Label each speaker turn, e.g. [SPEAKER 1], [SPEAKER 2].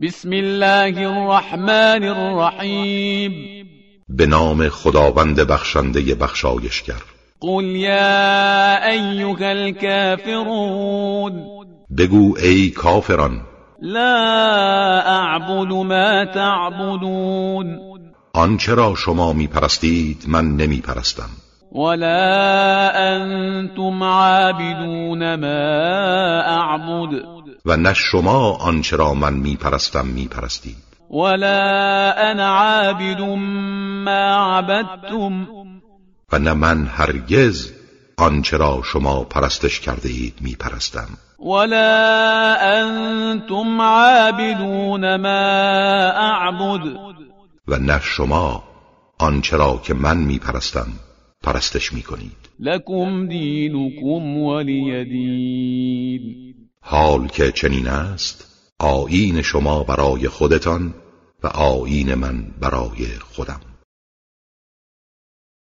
[SPEAKER 1] بسم الله الرحمن الرحیم
[SPEAKER 2] به نام خداوند بخشنده بخشایشگر
[SPEAKER 1] قل یا ایها الكافرون
[SPEAKER 2] بگو ای کافران
[SPEAKER 1] لا اعبد ما تعبدون
[SPEAKER 2] آنچه را شما میپرستید من نمیپرستم
[SPEAKER 1] ولا انتم عابدون ما اعبد
[SPEAKER 2] و نه شما آنچه را من میپرستم میپرستید
[SPEAKER 1] ولا انا عابد ما عبدتم
[SPEAKER 2] و نه من هرگز آنچه را شما پرستش کرده اید میپرستم
[SPEAKER 1] ولا انتم عابدون ما اعبد
[SPEAKER 2] و نه شما آنچه را که من میپرستم پرستش میکنید
[SPEAKER 1] لكم دينكم ولي دين
[SPEAKER 2] حال که چنین است آیین شما برای خودتان و آیین من برای خودم